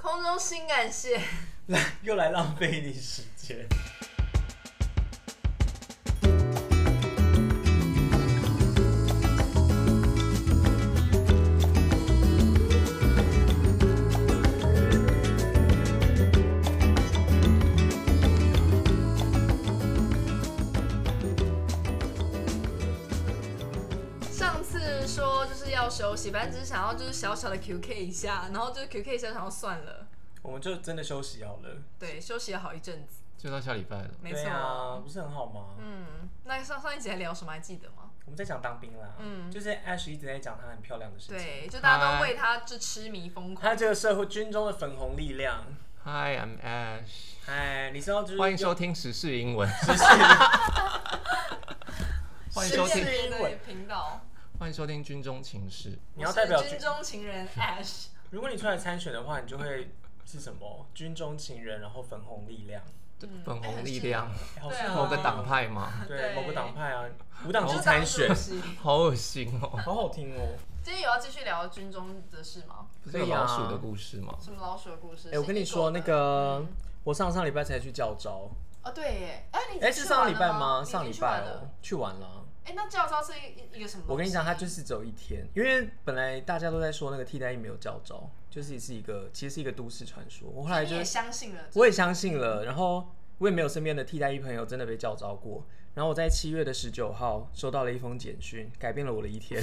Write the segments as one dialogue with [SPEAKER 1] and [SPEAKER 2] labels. [SPEAKER 1] 从衷心感谢。
[SPEAKER 2] 来 又来浪费你时间。
[SPEAKER 1] 上次说就是要休息，反正只是想要就是小小的 QK 一下，然后就是 QK 一下，想要算了。
[SPEAKER 2] 我们就真的休息好了。
[SPEAKER 1] 对，休息了好一阵子，
[SPEAKER 3] 就到下礼拜了。
[SPEAKER 1] 没
[SPEAKER 2] 对
[SPEAKER 1] 错。
[SPEAKER 2] 啊，不是很好吗？
[SPEAKER 1] 嗯，那上上一集还聊什么还记得吗？
[SPEAKER 2] 我们在讲当兵啦，
[SPEAKER 1] 嗯
[SPEAKER 2] 就是 Ash 一直在讲她很漂亮的事情，
[SPEAKER 1] 对，就大家都为他就痴迷疯狂。
[SPEAKER 2] 她这个社会军中的粉红力量。
[SPEAKER 3] Hi, I'm Ash，
[SPEAKER 2] 哎，你知道就是
[SPEAKER 3] 欢迎收听时事英文，
[SPEAKER 2] 只是
[SPEAKER 3] 欢迎收
[SPEAKER 1] 世
[SPEAKER 3] 听，
[SPEAKER 1] 界的频道。
[SPEAKER 3] 欢迎收听军中情事。
[SPEAKER 2] 你要代表
[SPEAKER 1] 我是军中情人 Ash，
[SPEAKER 2] 如果你出来参选的话，你就会是什么军中情人，然后粉红力量，
[SPEAKER 3] 粉红力量，
[SPEAKER 2] 哎好
[SPEAKER 1] 对
[SPEAKER 2] 适合
[SPEAKER 1] 啊
[SPEAKER 3] 某个党派吗？
[SPEAKER 2] 对
[SPEAKER 1] 对
[SPEAKER 2] 某个党派啊，无党籍
[SPEAKER 1] 就
[SPEAKER 2] 参选，
[SPEAKER 1] 今
[SPEAKER 3] 好恶心哦！
[SPEAKER 2] 好好听哦。
[SPEAKER 1] 天有要继续聊军中的事吗？
[SPEAKER 3] 不是有老鼠的故事吗？
[SPEAKER 1] 什么老鼠的故事？
[SPEAKER 2] 哎、我跟你说，那个我上上礼拜才去教招，
[SPEAKER 1] 哦，对耶，哎，你已
[SPEAKER 2] 哎、
[SPEAKER 1] 经
[SPEAKER 2] 是
[SPEAKER 1] 去
[SPEAKER 2] 上
[SPEAKER 1] 完
[SPEAKER 2] 礼
[SPEAKER 1] 了
[SPEAKER 2] 拜
[SPEAKER 1] 吗？你已
[SPEAKER 2] 上
[SPEAKER 1] 经
[SPEAKER 2] 礼
[SPEAKER 1] 去
[SPEAKER 2] 拜
[SPEAKER 1] 完
[SPEAKER 2] 哦
[SPEAKER 1] 了。，
[SPEAKER 2] 去完了。
[SPEAKER 1] 哎，那教招是一一个什么东西？
[SPEAKER 2] 我跟你讲，它就是只有一天，因为本来大家都在说那个替代役没有教招，就是是一个其实是一个都市传说。我后来
[SPEAKER 1] 你
[SPEAKER 2] 就
[SPEAKER 1] 也相信了，
[SPEAKER 2] 我也相信了，然后我也没有身边的替代役朋友真的被叫招过。然后我在七月的十九号收到了一封简讯，改变了我的一 天。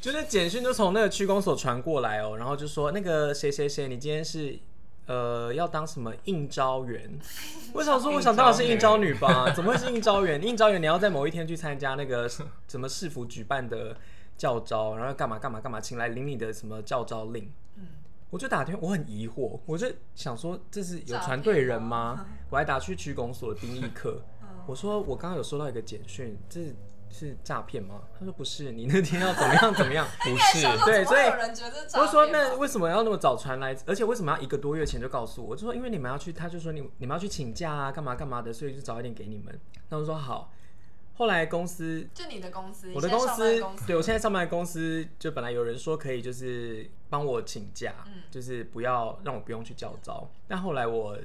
[SPEAKER 2] 就是简讯就从那个区公所传过来哦，然后就说那个谁谁谁，你今天是呃要当什么应招员？ 我想说，我想当然是应招女吧， 怎么会是应招员？应招员你要在某一天去参加那个 什么市府举办的教招，然后干嘛干嘛干嘛，请来领你的什么教招令。
[SPEAKER 1] 嗯
[SPEAKER 2] 我就打电话，我很疑惑，我就想说这是有船队 人吗？我还打去区公所丁义课，我说我刚刚有收到一个简讯，这是诈骗吗？他说不是，你那天要怎么样怎么 样。
[SPEAKER 3] 不
[SPEAKER 1] 哎
[SPEAKER 3] 是
[SPEAKER 1] 想，说
[SPEAKER 2] 对
[SPEAKER 1] 怎么会有
[SPEAKER 2] 所以
[SPEAKER 1] 人觉得这是诈骗吧
[SPEAKER 2] 我就说那为什么要那么早传来？而且为什么要一个多月前就告诉我？我就说因为你们要去，他就说你你们要去请假啊，干嘛干嘛的，所以就早一点给你们。那我说好。后来公司
[SPEAKER 1] 就你的公司，
[SPEAKER 2] 我
[SPEAKER 1] 你
[SPEAKER 2] 的
[SPEAKER 1] 现
[SPEAKER 2] 公
[SPEAKER 1] 在上班
[SPEAKER 2] 司
[SPEAKER 1] 的公，司，
[SPEAKER 2] 对我现在上班的公司，就本来有人说可以，就是帮我请假，
[SPEAKER 1] 嗯
[SPEAKER 2] 就是不要让我不用去教招。但后来我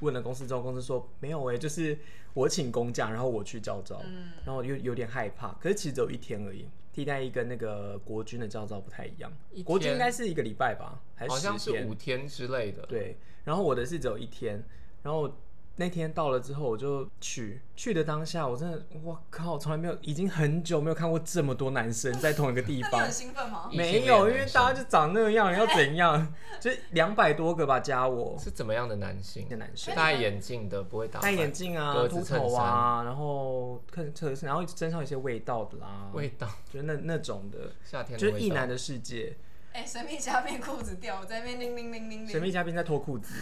[SPEAKER 2] 问了公司之后，公司说没有哎、就是我请公假，然后我去教
[SPEAKER 1] 嗯
[SPEAKER 2] 招，然后我又有点害怕。可是其实只有一天而已，替代役跟那个国军的教招不太一样
[SPEAKER 3] 一，
[SPEAKER 2] 国军
[SPEAKER 3] 天
[SPEAKER 2] 应该是一个礼拜吧，还
[SPEAKER 3] 好
[SPEAKER 2] 是
[SPEAKER 3] 像
[SPEAKER 2] 十
[SPEAKER 3] 是
[SPEAKER 2] 天？
[SPEAKER 3] 五天之类的。
[SPEAKER 2] 对，然后我的是只有一天，然后那天到了之后我就去，去的当下我真的，我靠，从来没有，已经很久没有看过这么多男生在同一个
[SPEAKER 1] 那
[SPEAKER 2] 地
[SPEAKER 1] 你
[SPEAKER 2] 方
[SPEAKER 1] 很。兴奋吗？
[SPEAKER 3] 异性
[SPEAKER 2] 没
[SPEAKER 3] 恋
[SPEAKER 2] 有，因
[SPEAKER 3] 男
[SPEAKER 2] 为
[SPEAKER 3] 生
[SPEAKER 2] 大家就长那样，要怎 样？就两百多个吧，加我
[SPEAKER 3] 是怎么样的男性
[SPEAKER 2] 的？男生，
[SPEAKER 3] 戴眼镜的，不会打扮
[SPEAKER 2] 戴眼，镜啊，
[SPEAKER 3] 格子
[SPEAKER 2] 秃
[SPEAKER 3] 衬
[SPEAKER 2] 头啊，然后特特然后身上有一些味道的啦，
[SPEAKER 3] 味道
[SPEAKER 2] 就是那那种的，
[SPEAKER 3] 夏天的
[SPEAKER 2] 就
[SPEAKER 3] 味
[SPEAKER 2] 是
[SPEAKER 3] 道
[SPEAKER 2] 异男的世界。
[SPEAKER 1] 哎，神秘嘉宾裤子掉，我在那边铃铃铃铃铃。
[SPEAKER 2] 神秘嘉宾在脱裤 子，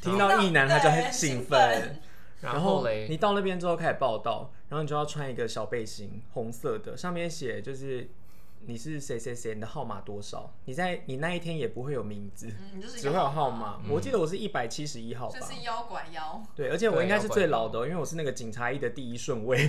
[SPEAKER 2] 听
[SPEAKER 1] 到
[SPEAKER 2] 到异男他就
[SPEAKER 1] 对
[SPEAKER 2] 很兴
[SPEAKER 1] 兴
[SPEAKER 2] 奋
[SPEAKER 3] 哦
[SPEAKER 1] 奋。
[SPEAKER 3] 然后嘞
[SPEAKER 2] 你，到那边之后开始报道，然后你就要穿一个小背心，红色的，上面写就是你是谁谁谁，你的号码多少，你在你那一天也不会有名字，
[SPEAKER 1] 嗯，你就是一
[SPEAKER 2] 只
[SPEAKER 1] 个
[SPEAKER 2] 会有号码。
[SPEAKER 3] 嗯
[SPEAKER 2] 我记得我是一百七十一号吧
[SPEAKER 1] 就。是腰拐腰。
[SPEAKER 2] 对，而且我应该是
[SPEAKER 3] 对
[SPEAKER 2] 最老的哦，因为我是那个警察一的第一顺位。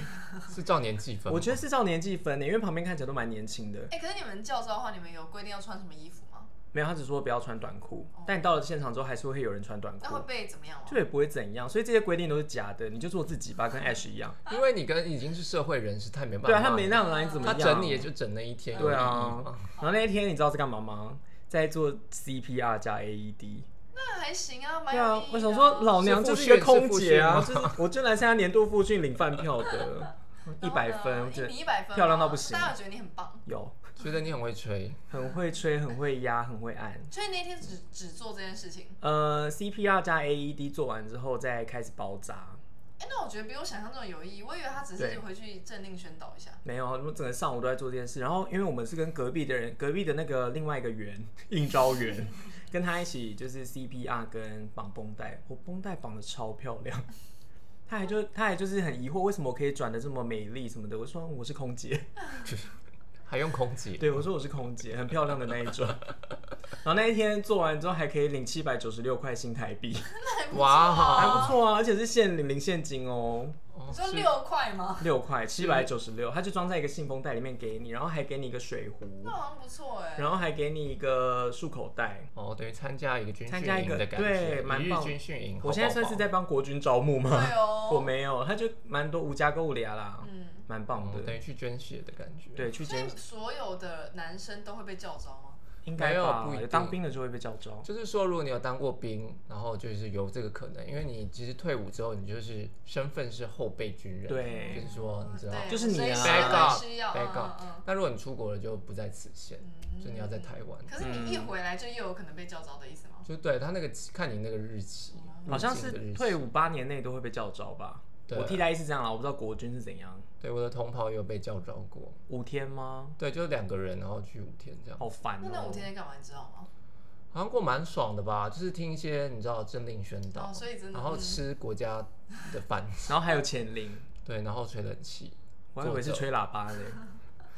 [SPEAKER 3] 是照年纪分吗。
[SPEAKER 2] 我觉得是照年纪分的，因为旁边看起来都蛮年轻的。
[SPEAKER 1] 哎、可是你们教招的话，你们有规定要穿什么衣服吗？
[SPEAKER 2] 没有，他只说不要穿短裤，但你到了现场之后还是会有人穿短
[SPEAKER 1] 哦那
[SPEAKER 2] 裤
[SPEAKER 1] 会，被怎么样吗？
[SPEAKER 2] 就也不会怎样。所以这些规定都是假的，你就做自己吧，跟 Ash 一样。
[SPEAKER 3] 因为你跟已经是社会人士，他也没办法。
[SPEAKER 2] 对啊，他没让来你怎么
[SPEAKER 3] 他
[SPEAKER 2] 样？
[SPEAKER 3] 整你也就整那一天。
[SPEAKER 2] 对
[SPEAKER 3] 有意义
[SPEAKER 2] 啊
[SPEAKER 3] 吗，
[SPEAKER 2] 然后那一天你知道是干嘛吗？在做 CPR 加 AED。
[SPEAKER 1] 那还行啊，蛮
[SPEAKER 2] 对
[SPEAKER 1] 有
[SPEAKER 2] 啊
[SPEAKER 1] 意义的、，
[SPEAKER 2] 我想说老娘就是一个空姐啊，
[SPEAKER 3] 是
[SPEAKER 2] 就是我就来参加年度复训领饭票的，一百分，我觉得
[SPEAKER 1] 哎你一百分吗，
[SPEAKER 2] 漂亮到不行
[SPEAKER 1] 大家有觉得你很棒，
[SPEAKER 2] 有
[SPEAKER 3] 觉得你很会吹，
[SPEAKER 2] 很会吹，很会压，很会按。
[SPEAKER 1] 所以那天只只做这件事情。
[SPEAKER 2] 呃，CPR 加 AED 做完之后再开始包扎，
[SPEAKER 1] 哎、那我觉得比我想象中有意义，我以为他只
[SPEAKER 2] 对
[SPEAKER 1] 是回去政令宣导一下。
[SPEAKER 2] 没有，我整个上午都在做这件事。然后因为我们是跟隔壁的人，隔壁的那个另外一个员应招员，跟他一起就是 CPR 跟绑绷带，我绷带绑的超漂亮。他还就他还就是很疑惑，为什么我可以转的这么美丽什么的？我说我是空姐，
[SPEAKER 3] 还用空姐，
[SPEAKER 2] 对我说我是空姐，很漂亮的那一种。然后那一天做完之后还可以领七百九十六块新台币，
[SPEAKER 1] 那还不错
[SPEAKER 3] 哇
[SPEAKER 1] 啊
[SPEAKER 2] 还不错啊，而且是现领零现金哦。
[SPEAKER 3] 哦
[SPEAKER 1] 你说六块吗？
[SPEAKER 2] 六块七百九十六，它就装在一个信封袋里面给你，然后还给你一个水壶
[SPEAKER 1] 那，好像不错哎、
[SPEAKER 2] 然后还给你一个漱口袋。
[SPEAKER 3] 哦，等于参加一个军训
[SPEAKER 2] 参加一
[SPEAKER 3] 营
[SPEAKER 2] 个
[SPEAKER 3] 的感
[SPEAKER 2] 对
[SPEAKER 3] 觉，
[SPEAKER 2] 蛮
[SPEAKER 3] 一日
[SPEAKER 2] 棒
[SPEAKER 3] 军训营。
[SPEAKER 2] 我现在算
[SPEAKER 3] 嗯
[SPEAKER 2] 是在帮国军招募吗？
[SPEAKER 1] 对哦
[SPEAKER 2] 我没有，它就蛮多无家购物的啦，
[SPEAKER 1] 嗯，
[SPEAKER 2] 蛮
[SPEAKER 3] 好
[SPEAKER 2] 棒
[SPEAKER 3] 宝宝哦等
[SPEAKER 2] 的。
[SPEAKER 3] 于去捐血的感觉。，
[SPEAKER 2] 对，去
[SPEAKER 1] 所
[SPEAKER 2] 捐
[SPEAKER 1] 以所有的男生都会被叫招吗？
[SPEAKER 2] 应该
[SPEAKER 3] 没有
[SPEAKER 2] 吧
[SPEAKER 3] 不一？定
[SPEAKER 2] 当兵的就会被叫招。
[SPEAKER 3] 就是说，如果你有当过兵，然后就是有这个可能，因为你其实退伍之后，你就是身份是后备军人，
[SPEAKER 2] 对
[SPEAKER 3] 就是说你知道。
[SPEAKER 1] 对，
[SPEAKER 2] 就是你啊
[SPEAKER 1] 所以谁都
[SPEAKER 3] Backup，
[SPEAKER 1] 需要
[SPEAKER 3] backup
[SPEAKER 1] 嗯嗯
[SPEAKER 3] 那如果你出国了，就不在此限，
[SPEAKER 1] 嗯
[SPEAKER 3] 就你要在台湾。
[SPEAKER 1] 可是你一回来就又有可能被叫招的意思吗？
[SPEAKER 3] 就对他那个看你那个日期，
[SPEAKER 2] 好像
[SPEAKER 3] 入
[SPEAKER 2] 是
[SPEAKER 3] 嗯境的日期
[SPEAKER 2] 退伍八年内都会被叫招吧？
[SPEAKER 3] 对
[SPEAKER 2] 我替代役是这样啦，我不知道国军是怎样，
[SPEAKER 3] 对，我的同袍也有被叫招过，
[SPEAKER 2] 五天吗？
[SPEAKER 3] 对，就两个人，然后去五天这样，
[SPEAKER 2] 好烦
[SPEAKER 1] 那那
[SPEAKER 2] 哦
[SPEAKER 1] 五。天在干嘛？你知道吗？
[SPEAKER 3] 好像过蛮爽的吧？就是听一些你知道政令宣导，
[SPEAKER 1] 哦所以真的
[SPEAKER 3] 然后
[SPEAKER 1] 嗯
[SPEAKER 3] 吃国家的饭，
[SPEAKER 2] 然后还有潜灵，
[SPEAKER 3] 对，然后吹冷气，
[SPEAKER 2] 我还以为是
[SPEAKER 3] 坐着
[SPEAKER 2] 吹喇 叭嘞，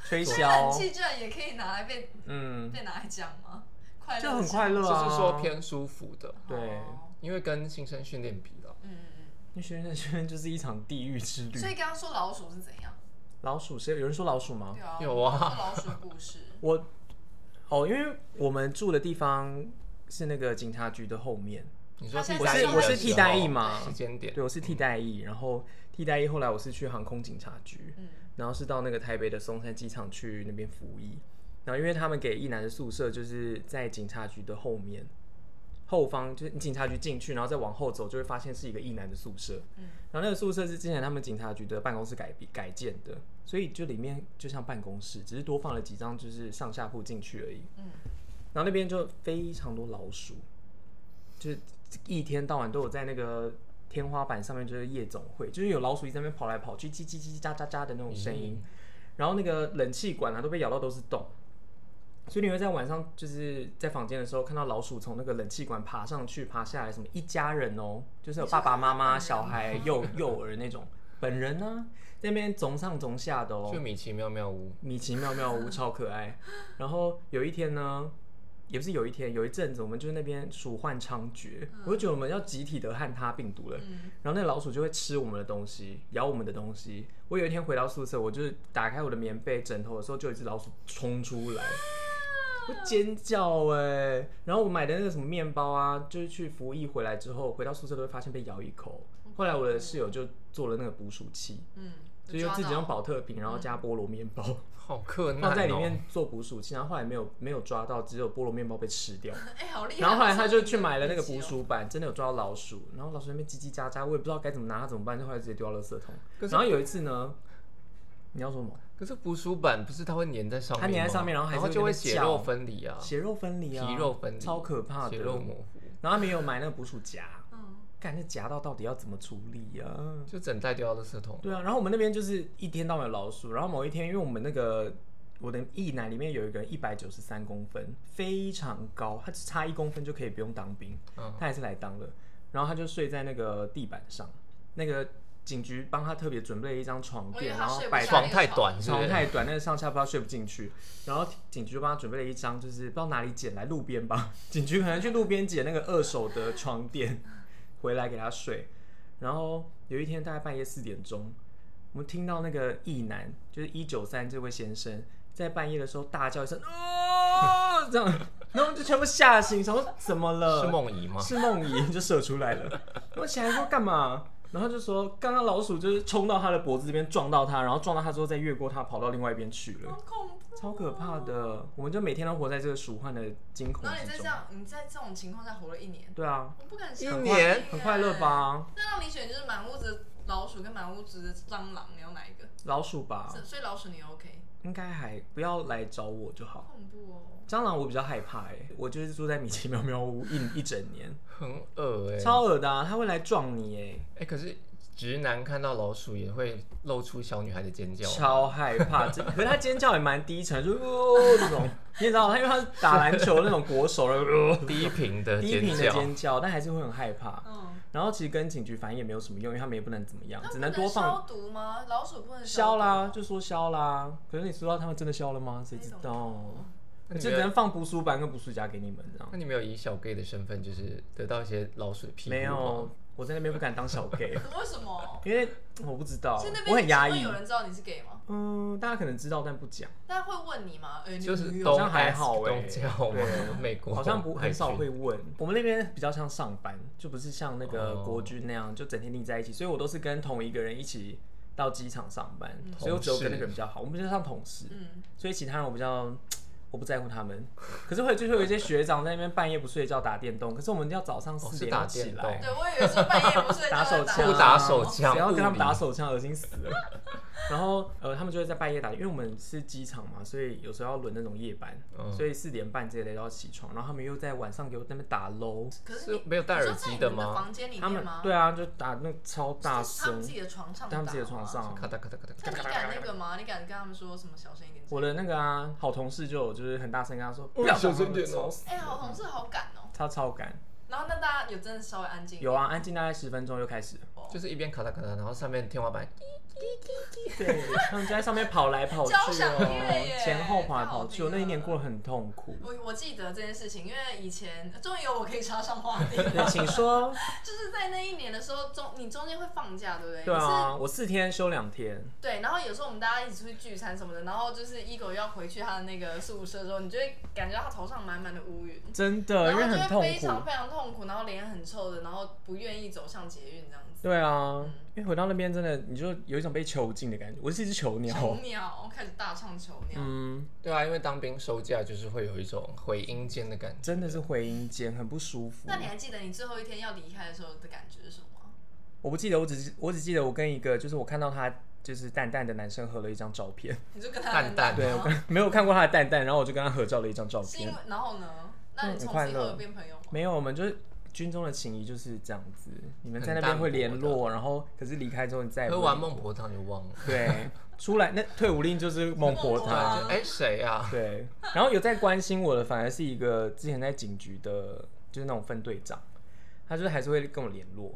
[SPEAKER 2] 吹
[SPEAKER 1] 所以冷
[SPEAKER 2] 箫，
[SPEAKER 1] 气居然也可以拿来被
[SPEAKER 2] 嗯，
[SPEAKER 1] 被拿来讲吗？快乐
[SPEAKER 2] 就很快乐
[SPEAKER 3] 就
[SPEAKER 2] 啊。
[SPEAKER 1] 哦
[SPEAKER 3] 是说偏舒服的，
[SPEAKER 1] 奖
[SPEAKER 2] 对
[SPEAKER 1] 哦
[SPEAKER 3] 因为跟新生训练比了，
[SPEAKER 1] 嗯嗯
[SPEAKER 2] 因为学生学生就是一场地狱之
[SPEAKER 1] 嗯。
[SPEAKER 2] 旅
[SPEAKER 1] 所。以刚刚说老鼠是怎样？
[SPEAKER 2] 老鼠是有人说老鼠吗？
[SPEAKER 1] 对啊，
[SPEAKER 3] 有啊
[SPEAKER 1] 说老鼠故事。
[SPEAKER 2] 我哦，因为我们住的地方是那个警察局的后面，
[SPEAKER 3] 你说
[SPEAKER 1] 他现
[SPEAKER 3] 替
[SPEAKER 1] 在
[SPEAKER 3] 代役
[SPEAKER 1] 是
[SPEAKER 3] 的时候，
[SPEAKER 1] 我是
[SPEAKER 2] 替代役嘛
[SPEAKER 3] 时间点
[SPEAKER 2] 对，我是替代役，然后替代役后来我是去航空警察局，
[SPEAKER 1] 嗯，
[SPEAKER 2] 然后是到那个台北的松山机场去那边服役，然后因为他们给役男的宿舍就是在警察局的后面。后方就是你警察局进去，然后再往后走，就会发现是一个役男的宿舍。
[SPEAKER 1] 嗯
[SPEAKER 2] 然后那个宿舍是之前他们警察局的办公室改改建的，所以就里面就像办公室，只是多放了几张就是上下铺进去而已。
[SPEAKER 1] 嗯
[SPEAKER 2] 然后那边就非常多老鼠，就是一天到晚都有在那个天花板上面就是夜总会，就是有老鼠一直在那边跑来跑去，叽叽叽叽喳喳喳的那种声音。然后那个冷气管啊都被咬到都是洞，所以你会在晚上就是在房间的时候看到老鼠从那个冷气管爬上去、爬下来，什么一家人哦，就是有爸爸妈妈、小孩、幼幼儿那种，本人呢、在那边总上总下的哦，
[SPEAKER 3] 就米奇妙妙屋，
[SPEAKER 2] 米奇妙妙 屋超可爱。然后有一天呢，也不是有一天，有一阵子我们就是那边鼠患猖獗，我就觉得我们要集体得汉他病毒了。
[SPEAKER 1] 嗯，
[SPEAKER 2] 然后那老鼠就会吃我们的东西，咬我们的东西。我有一天回到宿舍，我就是打开我的棉被、枕头的时候，就有一只老鼠冲出 来，我尖叫哎、然后我买的那个什么面包啊，就是去服役回来之后，回到宿舍都会发现被咬一口。
[SPEAKER 1] 哦
[SPEAKER 2] 后来我的室友就做了那个捕鼠器，
[SPEAKER 1] 嗯，
[SPEAKER 2] 就用自己
[SPEAKER 1] 有抓到
[SPEAKER 2] 用
[SPEAKER 1] 嗯
[SPEAKER 2] 保特瓶，然后加菠萝面包。
[SPEAKER 3] 好困难、哦，
[SPEAKER 2] 放在里面做捕鼠器，然后后来没有没有抓到，只有菠萝面包被吃 掉。
[SPEAKER 1] 哎，好厉害！
[SPEAKER 2] 然后后来他就去买了那个哦捕
[SPEAKER 1] 捕鼠，
[SPEAKER 2] 鼠板，真的有抓到老鼠，然后老鼠在那边叽叽喳喳，我也不知道该怎么拿它怎么办，就后来直接丢到垃圾桶。
[SPEAKER 3] 可是啊
[SPEAKER 2] 然后有一次呢，你要说什么？
[SPEAKER 3] 可是捕鼠板不是它会粘在上面吗，
[SPEAKER 2] 它粘在上面然后还是
[SPEAKER 3] 就
[SPEAKER 2] 会
[SPEAKER 3] 会
[SPEAKER 2] 跟着
[SPEAKER 3] 血
[SPEAKER 2] 叫
[SPEAKER 3] 肉分离啊，
[SPEAKER 2] 血肉分离啊，
[SPEAKER 3] 皮肉分离，
[SPEAKER 2] 超可怕的
[SPEAKER 3] 血。肉模糊，
[SPEAKER 2] 然后他们也有买那个捕鼠夹，
[SPEAKER 1] 嗯，
[SPEAKER 2] 看那夹到到底要怎么处理呀、啊？
[SPEAKER 3] 就整袋丢到垃圾桶。
[SPEAKER 2] 对啊，然后我们那边就是一天到晚有老鼠，然后某一天，因为我们那个我的义男里面有一个人一百九十三公分，非常高，他只差一公分就可以不用当兵，
[SPEAKER 3] 嗯
[SPEAKER 2] 他还是来当了，然后他就睡在那个地板上，那个警局帮他特别准备了一张床
[SPEAKER 1] 我以为
[SPEAKER 2] 垫，
[SPEAKER 1] 他
[SPEAKER 2] 然后
[SPEAKER 1] 睡不
[SPEAKER 2] 摆
[SPEAKER 1] 下
[SPEAKER 2] 放
[SPEAKER 3] 床太短是不
[SPEAKER 2] 床
[SPEAKER 3] 是？
[SPEAKER 2] 太短，那个上下不知道睡不进去，然后警局就帮他准备了一张，就是不知道哪里捡来路边吧， 警局可能去路边捡那个二手的床垫回来给他睡。然后有一天大概半夜四点钟，我们听到那个异男，就是一九三这位先生在半夜的时候大叫一声“哦”，这样，然后我们就全部吓醒，想说怎么了？
[SPEAKER 3] 是梦遗吗？
[SPEAKER 2] 是梦遗就射出来了。我起来说干嘛？然后就说刚刚老鼠就是冲到他的脖子这边撞到他，然后撞到他之后再越过他跑到另外一边去了
[SPEAKER 1] 好，恐怖。
[SPEAKER 2] 超可怕的。我们就每天都活在这个鼠患的惊恐
[SPEAKER 1] 然后你在这
[SPEAKER 2] 之中。
[SPEAKER 1] 样，你在这种情况下活了一年，
[SPEAKER 2] 对啊，
[SPEAKER 1] 我不敢
[SPEAKER 3] 一
[SPEAKER 1] 想象。
[SPEAKER 3] 年
[SPEAKER 2] 很快乐？吧？
[SPEAKER 1] 那让你选就是满屋子老鼠跟满屋子的蟑螂，你要哪一个？
[SPEAKER 2] 老鼠吧，
[SPEAKER 1] 所以老鼠你 OK？
[SPEAKER 2] 应该还不要来找我就好。
[SPEAKER 1] 恐怖哦。
[SPEAKER 2] 蟑螂我比较害怕哎、我就是住在米奇妙妙屋一一整年，
[SPEAKER 3] 很恶哎、欸，
[SPEAKER 2] 超恶的、啊，它会来撞你哎、
[SPEAKER 3] 哎、可是直男看到老鼠也会露出小女孩的尖叫，
[SPEAKER 2] 超害怕， 这可是他尖叫也蛮低沉，就哦这种，你也知道他因为他是打篮球那种国手的、呃
[SPEAKER 3] 低频的
[SPEAKER 2] 低
[SPEAKER 3] 尖
[SPEAKER 2] 频的
[SPEAKER 3] 叫，
[SPEAKER 2] 尖叫，但还是会很害怕。
[SPEAKER 1] 嗯，
[SPEAKER 2] 然后其实跟警局反映也没有什么用，因为他们也不能怎么样
[SPEAKER 1] 那，
[SPEAKER 2] 啊只
[SPEAKER 1] 不能
[SPEAKER 2] 多
[SPEAKER 1] 消
[SPEAKER 2] 放
[SPEAKER 1] 毒吗？老鼠不能
[SPEAKER 2] 消
[SPEAKER 1] 毒
[SPEAKER 2] 啦，
[SPEAKER 1] 吗，
[SPEAKER 2] 就说消啦。可是你知道他们真的消了吗？谁知
[SPEAKER 1] 那种
[SPEAKER 2] 道？
[SPEAKER 3] 那你
[SPEAKER 2] 就
[SPEAKER 3] 没
[SPEAKER 2] 只
[SPEAKER 3] 有
[SPEAKER 2] 能放捕鼠板跟捕鼠夹给你们这样。
[SPEAKER 3] 那你没有以小 gay 的身份就是得到一些老鼠的屁股
[SPEAKER 2] 没有，我在那边不敢当小 gay，
[SPEAKER 1] 为什 么？
[SPEAKER 2] 因为我不知道
[SPEAKER 1] 所以那，边
[SPEAKER 2] 我很压
[SPEAKER 1] 请问
[SPEAKER 2] 抑
[SPEAKER 1] 有。人知道你是 gay 吗？
[SPEAKER 2] 嗯，大家可能知道但不讲，
[SPEAKER 1] 大家会问你吗？哎、你
[SPEAKER 3] 就
[SPEAKER 1] 女
[SPEAKER 3] 是
[SPEAKER 1] 友
[SPEAKER 2] 好
[SPEAKER 3] 都
[SPEAKER 2] 像还好欸
[SPEAKER 3] 都这样吗
[SPEAKER 2] 对？
[SPEAKER 3] 美国
[SPEAKER 2] 好像不很少
[SPEAKER 3] 海军
[SPEAKER 2] 会问。我们那边比较像上班，就不是像那个国军那样就整天腻在一起，所以我都是跟同一个人一起到机场上班，所以我只有跟那个人比较好，我们就像同事。
[SPEAKER 1] 嗯，
[SPEAKER 2] 所以其他人我比较我不在乎他们。可是会就是有一些学长在那边半夜不睡觉打电动，可哦是我们要早上四
[SPEAKER 3] 是
[SPEAKER 2] 点
[SPEAKER 3] 打
[SPEAKER 2] 要起
[SPEAKER 3] 电
[SPEAKER 2] 来，
[SPEAKER 1] 对，我以为说半夜不 睡觉
[SPEAKER 2] 打手
[SPEAKER 1] 在
[SPEAKER 2] 枪、
[SPEAKER 3] 互
[SPEAKER 2] 啊，
[SPEAKER 3] 打手枪
[SPEAKER 2] 谁要跟他
[SPEAKER 3] 物
[SPEAKER 2] 们
[SPEAKER 3] 理
[SPEAKER 2] 打手枪，恶心死了。然后呃，他们就会在半夜打，因为我们是机场嘛，所以有时候要轮那种夜班，
[SPEAKER 3] 嗯
[SPEAKER 2] 所以四点半这些都要起床，然后他们又在晚上给我在那边打 low，
[SPEAKER 1] 可是
[SPEAKER 3] 是
[SPEAKER 1] 你
[SPEAKER 3] 没有戴耳机的
[SPEAKER 1] 你说在你们
[SPEAKER 3] 吗
[SPEAKER 1] 房间里
[SPEAKER 2] 他
[SPEAKER 1] 面
[SPEAKER 2] 们
[SPEAKER 1] 吗？
[SPEAKER 2] 对啊，就打那种超大
[SPEAKER 1] 是他
[SPEAKER 2] 声
[SPEAKER 1] 们自，己的床上，
[SPEAKER 2] 在他们自己的床。上
[SPEAKER 3] 咔。嗒咔嗒咔嗒
[SPEAKER 1] 那
[SPEAKER 3] 咔
[SPEAKER 1] 你
[SPEAKER 3] 嗒。
[SPEAKER 1] 敢那个吗？你敢跟他们说什么小声一点？
[SPEAKER 2] 我的那个啊，好同事就有就是很大声跟他说，不要
[SPEAKER 3] 小
[SPEAKER 2] 打
[SPEAKER 3] 声
[SPEAKER 2] 他们
[SPEAKER 3] 点哦
[SPEAKER 2] 吵死
[SPEAKER 1] 哎、好同事好敢哦、
[SPEAKER 2] 他超赶，
[SPEAKER 1] 然后那大家有真的稍微安静？
[SPEAKER 2] 有啊，安静大概十分钟就开始了。
[SPEAKER 3] 就是一边咔嗒咔嗒，然后上面天花板
[SPEAKER 2] 对，他们就在上面跑来跑去
[SPEAKER 1] 交响乐
[SPEAKER 2] 哦
[SPEAKER 1] 耶，
[SPEAKER 2] 前后跑来跑去哦，
[SPEAKER 1] 太好听了
[SPEAKER 2] 那一年过得很痛苦。
[SPEAKER 1] 我我记得这件事情，因为以前终于有我可以插上话题
[SPEAKER 2] 对，
[SPEAKER 1] 了，
[SPEAKER 2] 请说。
[SPEAKER 1] 就是在那一年的时候，中你中间会放假，对不对？
[SPEAKER 2] 对
[SPEAKER 1] 你
[SPEAKER 2] 啊，我四天休两天，
[SPEAKER 1] 是对，然后有时候我们大家一起出去聚餐什么的，然后就是一狗要回去他的那个宿舍的时候，你就会感觉到他头上满满的乌云，
[SPEAKER 2] 真的，因为
[SPEAKER 1] 然后
[SPEAKER 2] 很
[SPEAKER 1] 就会
[SPEAKER 2] 痛
[SPEAKER 1] 非常
[SPEAKER 2] 苦。
[SPEAKER 1] 非常痛苦，然后脸很臭的，然后不愿意走上捷运这样子。
[SPEAKER 2] 对啊，因为回到那边真的，你就有一种被囚禁的感觉。我是一只囚
[SPEAKER 1] 囚
[SPEAKER 2] 鸟。
[SPEAKER 1] 鸟，我开始大唱囚鸟。
[SPEAKER 2] 嗯，
[SPEAKER 3] 对啊，因为当兵收假就是会有一种回音间的感觉，
[SPEAKER 2] 真的是回音间，很不舒服
[SPEAKER 1] 那。你还记得你最后一天要离开的时候的感觉是什么？
[SPEAKER 2] 我不记得，我只是我只记得我跟一个就是我看到他就是淡淡的男生合了一张照 片，
[SPEAKER 1] 你就跟他
[SPEAKER 3] 淡淡
[SPEAKER 2] 对我跟 没有看过他的淡淡，然后我就跟他合照了一张照
[SPEAKER 1] 是因
[SPEAKER 2] 片
[SPEAKER 1] 为。然后呢？那
[SPEAKER 2] 嗯
[SPEAKER 1] 你从
[SPEAKER 2] 快
[SPEAKER 1] 此以
[SPEAKER 2] 乐
[SPEAKER 1] 后有变朋友吗？
[SPEAKER 2] 没有，我们就是军中的情谊就是这样子。你们在那
[SPEAKER 3] 很淡
[SPEAKER 2] 边
[SPEAKER 3] 薄
[SPEAKER 2] 会联络，然后可是离开之后你再也不
[SPEAKER 3] 喝
[SPEAKER 2] 会
[SPEAKER 3] 完孟婆汤就忘了。
[SPEAKER 2] 对出来那退伍令就是孟婆
[SPEAKER 1] 对啊
[SPEAKER 2] 汤。
[SPEAKER 3] 对，就哎谁啊？
[SPEAKER 2] 对，然后有在关心我的，反而是一个之前在警局的，就是那种分队长，他就是还是会跟我联络，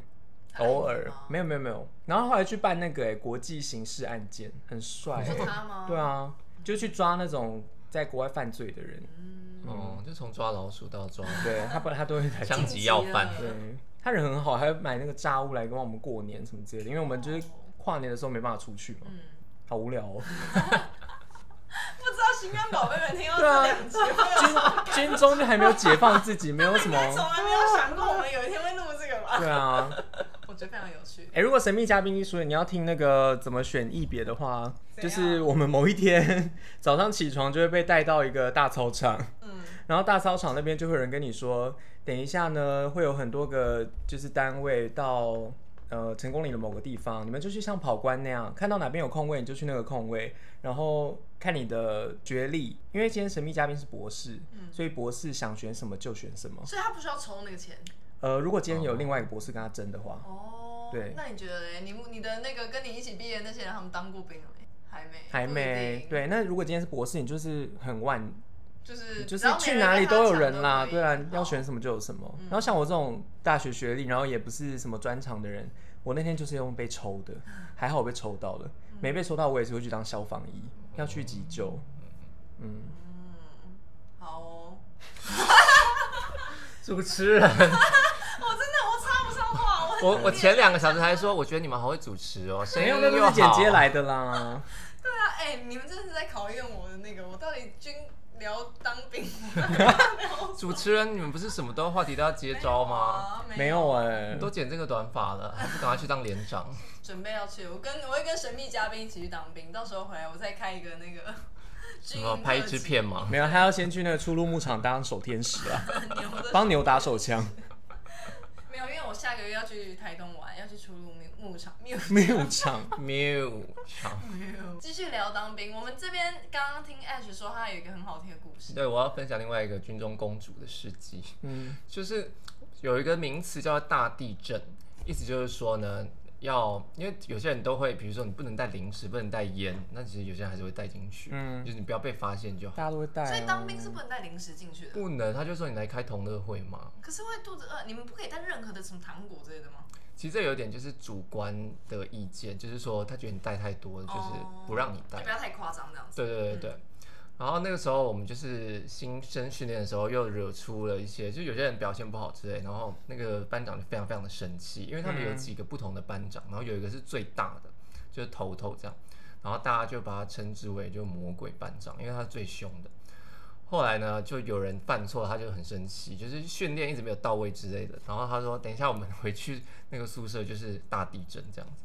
[SPEAKER 1] 他爱你
[SPEAKER 2] 偶尔
[SPEAKER 1] 吗
[SPEAKER 2] 没有没有没有。然后后来去办那个、欸、国际刑事案件，很帅、
[SPEAKER 1] 是
[SPEAKER 2] 欸，
[SPEAKER 1] 他吗？
[SPEAKER 2] 对啊，就去抓那种在国外犯罪的人，
[SPEAKER 1] 嗯
[SPEAKER 2] 嗯
[SPEAKER 3] 哦，就从抓老鼠到 抓
[SPEAKER 2] 对他不他都会来
[SPEAKER 3] 枪击要犯
[SPEAKER 1] 晋，级
[SPEAKER 2] 对
[SPEAKER 1] 了，
[SPEAKER 2] 他人很好，还买那个炸物来跟我们过年什么之类的，因为我们就是
[SPEAKER 1] 哦
[SPEAKER 2] 跨年的时候没办法出去嘛，
[SPEAKER 1] 嗯，
[SPEAKER 2] 好无聊 哦。
[SPEAKER 1] 不知道《新疆宝贝》们听到
[SPEAKER 2] 对
[SPEAKER 1] 这
[SPEAKER 2] 啊
[SPEAKER 1] 两集会有什 么感觉，
[SPEAKER 2] 军中就还没有解放自己，没有什
[SPEAKER 1] 应该从
[SPEAKER 2] 么。
[SPEAKER 1] 来没有想过我们有一天会录这个吧？
[SPEAKER 2] 对啊，
[SPEAKER 1] 我觉得非常有趣。
[SPEAKER 2] 哎、如果神秘嘉宾一说你要听那个怎么选一别的话，
[SPEAKER 1] 怎样
[SPEAKER 2] 就是我们某一天 早上起床就会被带到一个大操场，
[SPEAKER 1] 嗯，
[SPEAKER 2] 然后大操场那边就会有人跟你说，等一下呢会有很多个就是单位到呃成功岭的某个地方，你们就去像跑官那样，看到哪边有空位你就去那个空位，然后看你的学历，因为今天神秘嘉宾是博士，
[SPEAKER 1] 嗯
[SPEAKER 2] 所以博士想选什么就选什么。
[SPEAKER 1] 所以他不需要抽那个钱
[SPEAKER 2] 呃，如果今天有另外一个博士跟他争的话，
[SPEAKER 1] 哦。
[SPEAKER 2] 对
[SPEAKER 1] 那你觉得嘞？你你的那个跟你一起毕业的那些人，他们当过兵了没？还没，
[SPEAKER 2] 还
[SPEAKER 1] 不一
[SPEAKER 2] 没
[SPEAKER 1] 定，
[SPEAKER 2] 对。那如果今天是博士，你就是很万，
[SPEAKER 1] 就是
[SPEAKER 2] 就
[SPEAKER 1] 只
[SPEAKER 2] 是
[SPEAKER 1] 要
[SPEAKER 2] 去
[SPEAKER 1] 没
[SPEAKER 2] 哪里
[SPEAKER 1] 跟他
[SPEAKER 2] 都有
[SPEAKER 1] 抢
[SPEAKER 2] 人啦，
[SPEAKER 1] 可以
[SPEAKER 2] 对啊，
[SPEAKER 1] 好
[SPEAKER 2] 要选什么就有什么。然后像我这种大学学历，然后也不是什么专长的人，我那天就是用被抽的，还好我被抽到了，没被抽到我也是会去当消防医，要去急救。嗯，
[SPEAKER 1] 好哦。
[SPEAKER 3] 主持人。
[SPEAKER 1] 我哦真的我插不上话，我很
[SPEAKER 3] 我我前两个小时还说，我觉得你们好会主持哦，声
[SPEAKER 2] 没
[SPEAKER 3] 音
[SPEAKER 2] 有，那
[SPEAKER 3] 又
[SPEAKER 2] 都
[SPEAKER 3] 好
[SPEAKER 2] 是剪接。来的啦。
[SPEAKER 1] 对啊，哎、你们真的是在考验我的那个，我到底军聊当兵啊
[SPEAKER 3] 主持人，你们不是什么都话题都要接招吗？？
[SPEAKER 2] 没有哎、
[SPEAKER 3] 你都剪这个短发了，还不赶快去当连长？
[SPEAKER 1] 准备要去，我跟我会跟神秘嘉宾一起去当兵，到时候回来我再开一个那个 军
[SPEAKER 3] 什
[SPEAKER 1] 营特
[SPEAKER 3] 么
[SPEAKER 1] 辑
[SPEAKER 3] 拍一支，片吗？
[SPEAKER 2] 没有，他要先去那个初入牧场当守天使啊，
[SPEAKER 1] 很牛的。
[SPEAKER 2] 帮牛打手枪，
[SPEAKER 1] 没有，因为我下个月要去台东玩，要去出入牧牧场，没有
[SPEAKER 2] 牧场。
[SPEAKER 3] 谬场。
[SPEAKER 1] 继续聊当兵。我们这边刚刚听 Ash 说他有一个很好听的故事，
[SPEAKER 3] 对，我要分享另外一个军中公主的事迹，
[SPEAKER 2] 嗯，
[SPEAKER 3] 就是有一个名词叫大地震，意思就是说呢，要因为有些人都会，比如说你不能带零食，不能带烟，那其实有些人还是会带进去，
[SPEAKER 2] 嗯
[SPEAKER 3] 就是你不要被发现就好。
[SPEAKER 2] 大家都会带、啊。
[SPEAKER 1] 所以当兵是不能带零食进去的。
[SPEAKER 3] 不能，他就说你来开同乐会嘛。
[SPEAKER 1] 可是会肚子饿，你们不可以带任何的什么糖果之类的吗？
[SPEAKER 3] 其实这有点就是主观的嗯意见，就是说他觉得你带太多了，就是
[SPEAKER 1] 哦
[SPEAKER 3] 不让你带
[SPEAKER 1] 就不。要太夸张这样子。
[SPEAKER 3] 对对对对。然后那个时候我们就是新生训练的时候，又惹出了一些，就有些人表现不好之类，然后那个班长就非常非常的生气，因为他们有几个不同的班长，然后有一个是最大的，就是头头这样，然后大家就把他称之为就魔鬼班长，因为他是最凶的。后来呢，就有人犯错，他就很生气，就是训练一直没有到位之类的。然后他说：“等一下我们 回去那个宿舍就是大地震这样子。”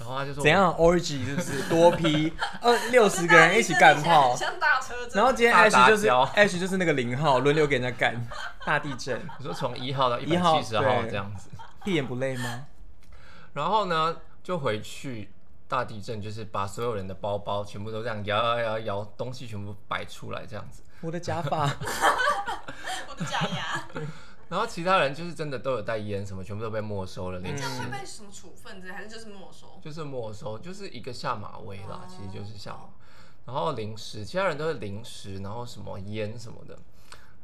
[SPEAKER 3] 然后他就说：“
[SPEAKER 2] 怎样 orgy 是不是多批二六十个人一起干炮
[SPEAKER 1] 很？像大车子。
[SPEAKER 2] 然后今天
[SPEAKER 3] 大
[SPEAKER 2] H
[SPEAKER 3] 杂
[SPEAKER 2] 就是
[SPEAKER 3] 交
[SPEAKER 2] H 就是那个零号，轮流给人家干大地震，
[SPEAKER 3] 你说从一号到一
[SPEAKER 2] 一
[SPEAKER 3] 百
[SPEAKER 2] 号
[SPEAKER 3] 七十号
[SPEAKER 2] 对
[SPEAKER 3] 这样子，
[SPEAKER 2] 一眼不累吗？
[SPEAKER 3] 然后呢就回去大地震，就是把所有人的包包全部都这样摇摇摇摇，东西全部摆出来这样子。
[SPEAKER 2] 我的假发，
[SPEAKER 1] 我的假 牙，
[SPEAKER 3] 然后其他人就是真的都有带烟什么，全部都被没收了，零
[SPEAKER 1] 这
[SPEAKER 3] 食
[SPEAKER 1] 样会被什么处分之类，还是就是没收？
[SPEAKER 3] 就是没收，就是一个下马威
[SPEAKER 1] 哦
[SPEAKER 3] 啦，其实就是下马。然后零食，其他人都是零食，然后什么烟什么的。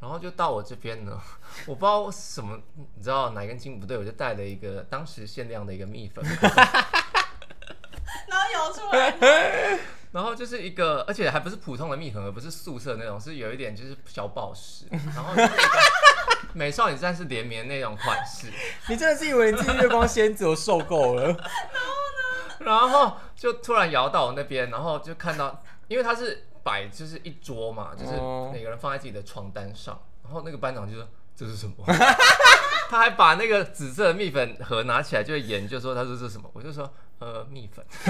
[SPEAKER 3] 然后就到我这边呢， 我不知道什么，你知道哪根筋不对，我就带了一个当时限量的一个蜜粉，
[SPEAKER 1] 然后摇出来，
[SPEAKER 3] 然后就是一个，而且还不是普通的蜜粉，而不是宿舍那种，是有一点就是小 宝石，然后就是一个美少女战士联名那种款式，
[SPEAKER 2] 你真的是以为你自己月光仙子，我受够了。
[SPEAKER 3] 然后就突然摇到我那边，然后就看到，因为他是摆就是一桌嘛，就是
[SPEAKER 2] 哦
[SPEAKER 3] 每个人放在自己的床单上，然后那个班长就说这是什么？ 他还把那个紫色的蜜粉盒拿起来就研究说他说这是什么，我就说呃蜜 粉。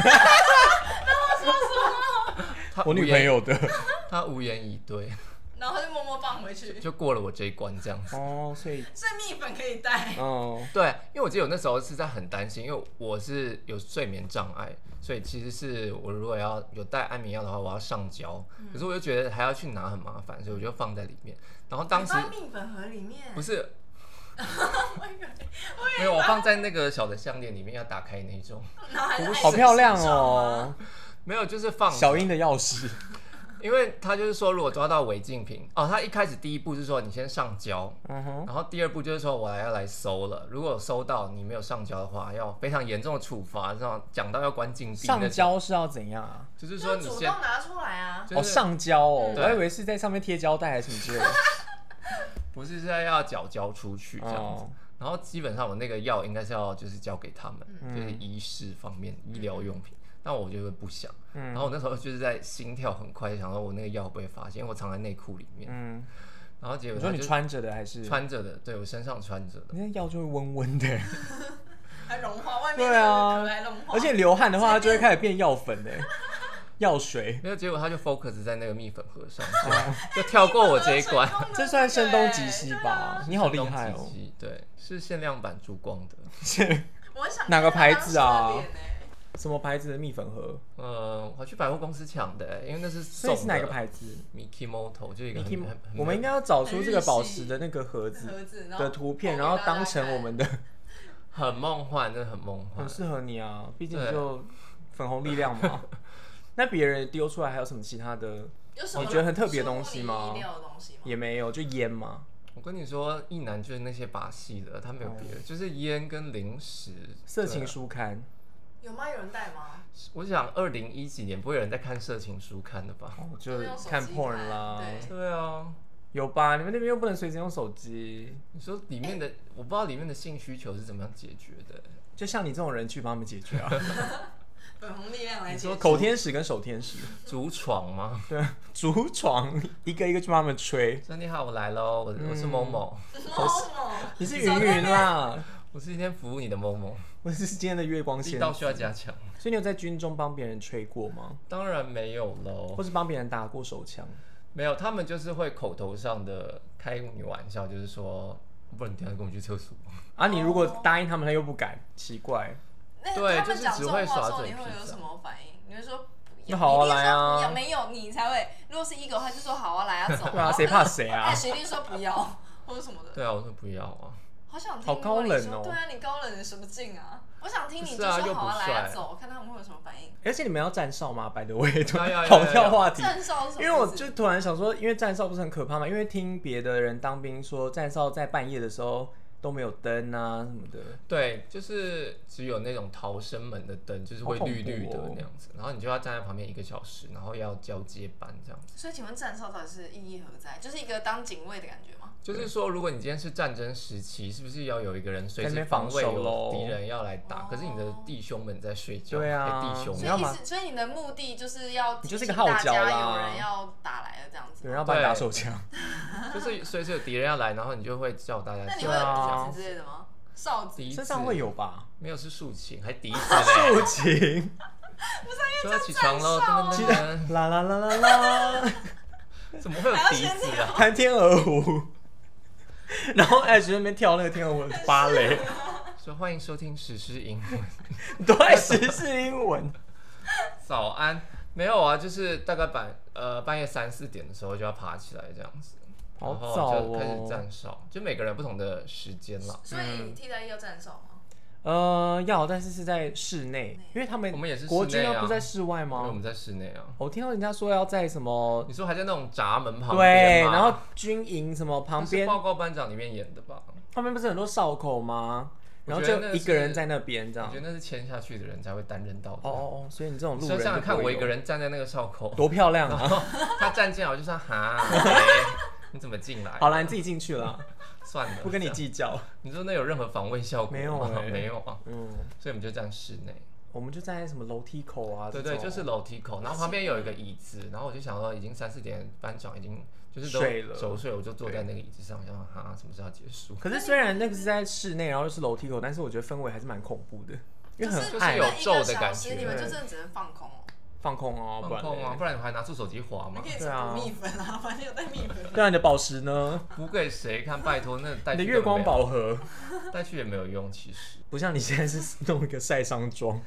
[SPEAKER 3] 他
[SPEAKER 2] 我
[SPEAKER 3] 无言
[SPEAKER 2] 女朋，友的
[SPEAKER 3] 他无言以对，
[SPEAKER 1] 然后他就默默放回去。
[SPEAKER 3] 就过了我这一关这样子。
[SPEAKER 2] 哦，所以
[SPEAKER 1] 所以蜜粉可以带，
[SPEAKER 2] 哦，
[SPEAKER 3] 对，因为我记得我那时候是在很担心，因为我是有睡眠障碍，所以其实是我如果要有带安眠药的话，我要上交。可是我就觉得还要去拿很麻烦，所以我就放在里面。然后当时
[SPEAKER 1] 你放在蜜粉盒里面
[SPEAKER 3] 不。是
[SPEAKER 1] 我以为
[SPEAKER 3] 没有，我放在那个小的项链里面，要打开那种，
[SPEAKER 1] 然后还是
[SPEAKER 2] 好漂亮哦，
[SPEAKER 3] 没有就是放着
[SPEAKER 2] 小英的钥匙。
[SPEAKER 3] 因为他就是说，如果抓到违禁品哦，他一开始第一步是说你先上交，
[SPEAKER 2] 嗯哼，
[SPEAKER 3] 然后第二步就是说我来要来搜了，如果有搜到你没有上交的话，要非常严重的处罚，这样讲到要关禁闭那种。
[SPEAKER 2] 上交是要怎样啊？
[SPEAKER 3] 就是
[SPEAKER 1] 就
[SPEAKER 3] 说
[SPEAKER 1] 是
[SPEAKER 3] 你
[SPEAKER 1] 主
[SPEAKER 3] 先
[SPEAKER 1] 动拿出来啊。
[SPEAKER 3] 就是
[SPEAKER 2] 哦，上交哦，我
[SPEAKER 3] 对
[SPEAKER 2] 还以为是在上面贴胶带还是什么之类的。
[SPEAKER 3] 不是是要缴交出去这样子。
[SPEAKER 2] 哦
[SPEAKER 3] 然后基本上我那个药应该是要就是交给他们，
[SPEAKER 1] 嗯
[SPEAKER 3] 就是
[SPEAKER 2] 嗯
[SPEAKER 3] 医师方面医疗用品。但我就会不想，
[SPEAKER 2] 嗯
[SPEAKER 3] 然后我那时候就是在心跳很快，想说我那个药会不会发现，因为我藏在内裤里面。
[SPEAKER 2] 嗯，
[SPEAKER 3] 然后结
[SPEAKER 2] 你
[SPEAKER 3] 果
[SPEAKER 2] 说
[SPEAKER 3] 他
[SPEAKER 2] 你
[SPEAKER 3] 就
[SPEAKER 2] 穿着的还是？
[SPEAKER 3] 穿着的，对我身上穿着的，
[SPEAKER 2] 你那药就会温温的，
[SPEAKER 1] 还融化，外面
[SPEAKER 2] 对
[SPEAKER 1] 那
[SPEAKER 2] 啊
[SPEAKER 1] 个壳还融，化，
[SPEAKER 2] 而且流汗的话，它就会开始变药粉 的，药水。
[SPEAKER 3] 没有结果他就 focus 在那个蜜粉盒上，所
[SPEAKER 2] 哦
[SPEAKER 3] 以 就跳过我这一 关。
[SPEAKER 2] 这算声东击西吧？你好厉害
[SPEAKER 3] 东
[SPEAKER 2] 哦！
[SPEAKER 3] 西对，是限量版珠光的，
[SPEAKER 1] 我很想看
[SPEAKER 2] 哪个牌子啊
[SPEAKER 1] 他当时的脸欸
[SPEAKER 2] 什么牌子的蜜粉盒？
[SPEAKER 3] 呃，我还去百货公司抢的，因为那是
[SPEAKER 2] 所
[SPEAKER 3] 送
[SPEAKER 2] 以
[SPEAKER 3] 的。
[SPEAKER 2] 是哪个牌子
[SPEAKER 3] Mickey Moto 就一个很
[SPEAKER 2] Mickey，
[SPEAKER 3] 很很
[SPEAKER 2] 我们应该要找出这个宝石的那个盒子
[SPEAKER 1] 盒子然后
[SPEAKER 2] 的图片，然后当成我们的，
[SPEAKER 3] 很梦幻，真的很梦幻
[SPEAKER 2] 很。适合你啊，毕竟
[SPEAKER 3] 对
[SPEAKER 2] 就粉红力量嘛。 那别人丢出来还有什么其他的？
[SPEAKER 1] 有什么
[SPEAKER 2] 你觉得很特别的东西吗
[SPEAKER 1] 出乎你意料的东西吗
[SPEAKER 2] 也没有，就烟嘛。
[SPEAKER 3] 我跟你说，一男就是那些把戏的，他没有别的，就是烟跟零食、
[SPEAKER 2] 哦色情
[SPEAKER 3] 对啊。
[SPEAKER 2] 书刊，
[SPEAKER 1] 有吗？有人带吗？
[SPEAKER 3] 我想二零一几年不会有人在看色情书刊的吧？
[SPEAKER 2] 哦，就
[SPEAKER 1] 都用手机
[SPEAKER 2] 看
[SPEAKER 1] 看
[SPEAKER 2] porn 啦。
[SPEAKER 1] 对
[SPEAKER 3] 对啊，
[SPEAKER 2] 有吧？你们那边又不能随时用手机，
[SPEAKER 3] 你说里面的，我不知道里面的性需求是怎么样解决的。
[SPEAKER 2] 就像你这种人去帮他们解决啊。
[SPEAKER 1] 粉红力量来
[SPEAKER 3] 你
[SPEAKER 1] 解
[SPEAKER 3] 说
[SPEAKER 1] 决。
[SPEAKER 2] 口天使跟手天使，
[SPEAKER 3] 竹床吗？
[SPEAKER 2] 对，竹床一个一个去帮他们吹。
[SPEAKER 3] 说你好，我来喽，我我是
[SPEAKER 2] 嗯
[SPEAKER 3] 某某，
[SPEAKER 1] 某某，
[SPEAKER 2] 你是云云啦，
[SPEAKER 3] 我是今天服务你的某某，
[SPEAKER 2] 我是今天的月光
[SPEAKER 3] 力
[SPEAKER 2] 仙。
[SPEAKER 3] 道需
[SPEAKER 2] 所
[SPEAKER 3] 要加强。
[SPEAKER 2] 以你有在军中帮别人吹过吗？
[SPEAKER 3] 当然没有喽
[SPEAKER 2] 或，是帮别人打过手枪？
[SPEAKER 3] 没有，他们就是会口头上的开你玩笑，就是说，不然你等一下跟我去厕 所。
[SPEAKER 2] 啊，你如果答应他们，他又不敢，奇怪。
[SPEAKER 1] 那
[SPEAKER 3] 对
[SPEAKER 1] 他
[SPEAKER 3] 就
[SPEAKER 1] 们
[SPEAKER 3] 是
[SPEAKER 1] 讲
[SPEAKER 3] 只
[SPEAKER 1] 这种
[SPEAKER 3] 会
[SPEAKER 1] 话的
[SPEAKER 3] 耍
[SPEAKER 1] 时候，
[SPEAKER 3] 嘴
[SPEAKER 1] 你
[SPEAKER 3] 皮
[SPEAKER 1] 会有
[SPEAKER 3] 子
[SPEAKER 1] 什么反应？你会说
[SPEAKER 2] 那好啊
[SPEAKER 1] 一定
[SPEAKER 2] 来
[SPEAKER 1] 说
[SPEAKER 2] 啊
[SPEAKER 1] 不要没有你才会。如果是一个的话，就说好啊，来啊， 走。
[SPEAKER 2] 对啊，谁怕谁啊
[SPEAKER 1] 哎，？谁一定说不要或者什么的。
[SPEAKER 3] 对啊，我说不要啊。
[SPEAKER 1] 好想听
[SPEAKER 2] 好高冷哦
[SPEAKER 1] 你说对啊，你高冷什么劲啊？我想听你就是
[SPEAKER 3] 不啊又
[SPEAKER 1] 说
[SPEAKER 3] 不
[SPEAKER 1] 好啊，来啊，
[SPEAKER 3] 帅
[SPEAKER 1] 走，看他们会有什么 反应。
[SPEAKER 2] 而且你们要站哨吗？百度 位
[SPEAKER 3] 要要要
[SPEAKER 2] 跑跳话题。
[SPEAKER 1] 站哨是什么
[SPEAKER 2] 因为我
[SPEAKER 1] 意思
[SPEAKER 2] 就突然想说，因为站哨不是很可怕嘛？因为听别的人当兵说，站哨在半夜的时候都没有灯啊什么的，
[SPEAKER 3] 对，就是只有那种逃生门的灯，就是会
[SPEAKER 2] 好恐
[SPEAKER 3] 绿绿的
[SPEAKER 2] 怖哦
[SPEAKER 3] 那样子，然后你就要站在旁边一个小时，然后要交接班这样子。
[SPEAKER 1] 所以请问站哨到底是意义何在？就是一个当警卫的感觉吗？
[SPEAKER 3] 就是说，如果你今天是战争时期，是不是要有一个人随
[SPEAKER 2] 在那
[SPEAKER 3] 时
[SPEAKER 2] 边防
[SPEAKER 3] 卫
[SPEAKER 2] 守
[SPEAKER 3] 有
[SPEAKER 2] 咯
[SPEAKER 3] 敌人要来打？可是你的
[SPEAKER 1] 哦
[SPEAKER 3] 弟兄们在睡觉，
[SPEAKER 2] 对啊
[SPEAKER 3] 哎弟兄
[SPEAKER 2] 你
[SPEAKER 1] 所
[SPEAKER 2] 要
[SPEAKER 1] 以意
[SPEAKER 2] 嘛
[SPEAKER 1] 思，所以你的目的就是要
[SPEAKER 2] 你就是
[SPEAKER 1] 提
[SPEAKER 2] 一个
[SPEAKER 1] 醒大
[SPEAKER 2] 号角
[SPEAKER 1] 家
[SPEAKER 2] 啦
[SPEAKER 1] 有人要打来了这样子
[SPEAKER 2] 有
[SPEAKER 1] 吗。
[SPEAKER 2] 人要把你打手枪，
[SPEAKER 3] 就是随时有敌人要来，然后你就会叫大家
[SPEAKER 1] 那
[SPEAKER 3] 起
[SPEAKER 1] 你会
[SPEAKER 3] 来
[SPEAKER 1] 有
[SPEAKER 2] 对啊嗯
[SPEAKER 1] 笛
[SPEAKER 3] 这样
[SPEAKER 1] 子
[SPEAKER 3] 子。
[SPEAKER 1] 之类的吗？哨子
[SPEAKER 3] 笛子
[SPEAKER 2] 身上会有吧？
[SPEAKER 3] 没有是竖琴，还笛子
[SPEAKER 2] 不
[SPEAKER 3] 嘞，
[SPEAKER 2] 行，
[SPEAKER 3] 说要起床喽，噔噔
[SPEAKER 2] 记
[SPEAKER 3] 噔
[SPEAKER 2] 得啦啦啦啦啦，
[SPEAKER 3] 噔，怎么会有笛子啊？
[SPEAKER 2] 弹天鹅湖，然后 Ash 那边跳那个天鹅湖的芭蕾，
[SPEAKER 3] 说欢迎收听史诗英文，
[SPEAKER 2] 对，时事英文，
[SPEAKER 3] 早安。没有啊，就是大概半呃半夜三四点的时候就要爬起来这样子，
[SPEAKER 2] 好
[SPEAKER 3] 然后
[SPEAKER 2] 早
[SPEAKER 3] 就开始
[SPEAKER 2] 哦。
[SPEAKER 3] 站哨，就每个人有不同的时间啦。
[SPEAKER 1] 所以替代役要站哨吗？
[SPEAKER 2] 呃，要，但是是在室内，因为他们
[SPEAKER 3] 我们也是室内啊
[SPEAKER 2] 国军要不在室外
[SPEAKER 3] 因为我
[SPEAKER 2] 吗
[SPEAKER 3] 们？在室内啊，
[SPEAKER 2] 我听到人家说要在什么
[SPEAKER 3] 你说还在那种闸门旁
[SPEAKER 2] 对，
[SPEAKER 3] 边吗
[SPEAKER 2] 然后军营什么旁
[SPEAKER 3] 那是
[SPEAKER 2] 边，啊
[SPEAKER 3] 报告班长里面演的吧？
[SPEAKER 2] 旁边不是很多哨口吗？
[SPEAKER 3] 我
[SPEAKER 2] 然后
[SPEAKER 3] 觉得
[SPEAKER 2] 就
[SPEAKER 3] 那
[SPEAKER 2] 一
[SPEAKER 3] 是
[SPEAKER 2] 个人在那边这
[SPEAKER 3] 我
[SPEAKER 2] 样
[SPEAKER 3] 觉。得那是签下去的人才会担任到的。
[SPEAKER 2] 哦哦哦，所以你这种
[SPEAKER 3] 你
[SPEAKER 2] 路
[SPEAKER 3] 说
[SPEAKER 2] 人
[SPEAKER 3] 想想
[SPEAKER 2] 就
[SPEAKER 3] 看，
[SPEAKER 2] 不
[SPEAKER 3] 我
[SPEAKER 2] 会
[SPEAKER 3] 一
[SPEAKER 2] 有
[SPEAKER 3] 个人站在那个哨 口，
[SPEAKER 2] 多漂亮
[SPEAKER 3] 然
[SPEAKER 2] 啊！
[SPEAKER 3] 后他站进来，我就说哈， 喂你怎么进来？
[SPEAKER 2] 好啦，你自己进去了，
[SPEAKER 3] 算了，
[SPEAKER 2] 不跟你
[SPEAKER 3] 这样。
[SPEAKER 2] 计较。
[SPEAKER 3] 你说那有任何防卫效果吗？
[SPEAKER 2] 没有欸
[SPEAKER 3] 没有啊，
[SPEAKER 2] 嗯，
[SPEAKER 3] 所以我们就站室内。
[SPEAKER 2] 我们就站在什么楼梯口啊？
[SPEAKER 3] 对
[SPEAKER 2] 这
[SPEAKER 3] 对，
[SPEAKER 2] 种
[SPEAKER 3] 就是楼梯口，然后旁边有一个椅子，然后我就想到已经三四点，班长已经就是都
[SPEAKER 2] 睡了
[SPEAKER 3] 熟睡，我就坐在那个椅子上，我想说哈，什么时候要结 束？
[SPEAKER 2] 可是虽然那个是在室内，然后又是楼梯口，但是我觉得氛围还是蛮恐怖的，因为
[SPEAKER 1] 就是
[SPEAKER 2] 很
[SPEAKER 3] 就是
[SPEAKER 2] 暗
[SPEAKER 3] 有，
[SPEAKER 1] 那一个
[SPEAKER 3] 皱的
[SPEAKER 1] 小
[SPEAKER 3] 感
[SPEAKER 1] 时
[SPEAKER 3] 觉
[SPEAKER 1] 你们就真的只能放空哦。
[SPEAKER 2] 放空哦，
[SPEAKER 3] 放
[SPEAKER 2] 不然
[SPEAKER 3] 空啊，
[SPEAKER 2] 嘞
[SPEAKER 3] 不然你还拿出手机滑
[SPEAKER 1] 你
[SPEAKER 3] 嘛
[SPEAKER 1] 可？以吃
[SPEAKER 2] 对啊
[SPEAKER 1] 补蜜粉啊， 反正有带蜜 粉。
[SPEAKER 2] 对啊，你的宝石呢？
[SPEAKER 3] 补给谁看？拜托，那带
[SPEAKER 2] 你
[SPEAKER 3] 去
[SPEAKER 2] 的
[SPEAKER 3] 根
[SPEAKER 2] 月光
[SPEAKER 3] 本没有
[SPEAKER 2] 宝盒，
[SPEAKER 3] 带去也没有用，其实。
[SPEAKER 2] 不像你现在是弄一个晒伤妆，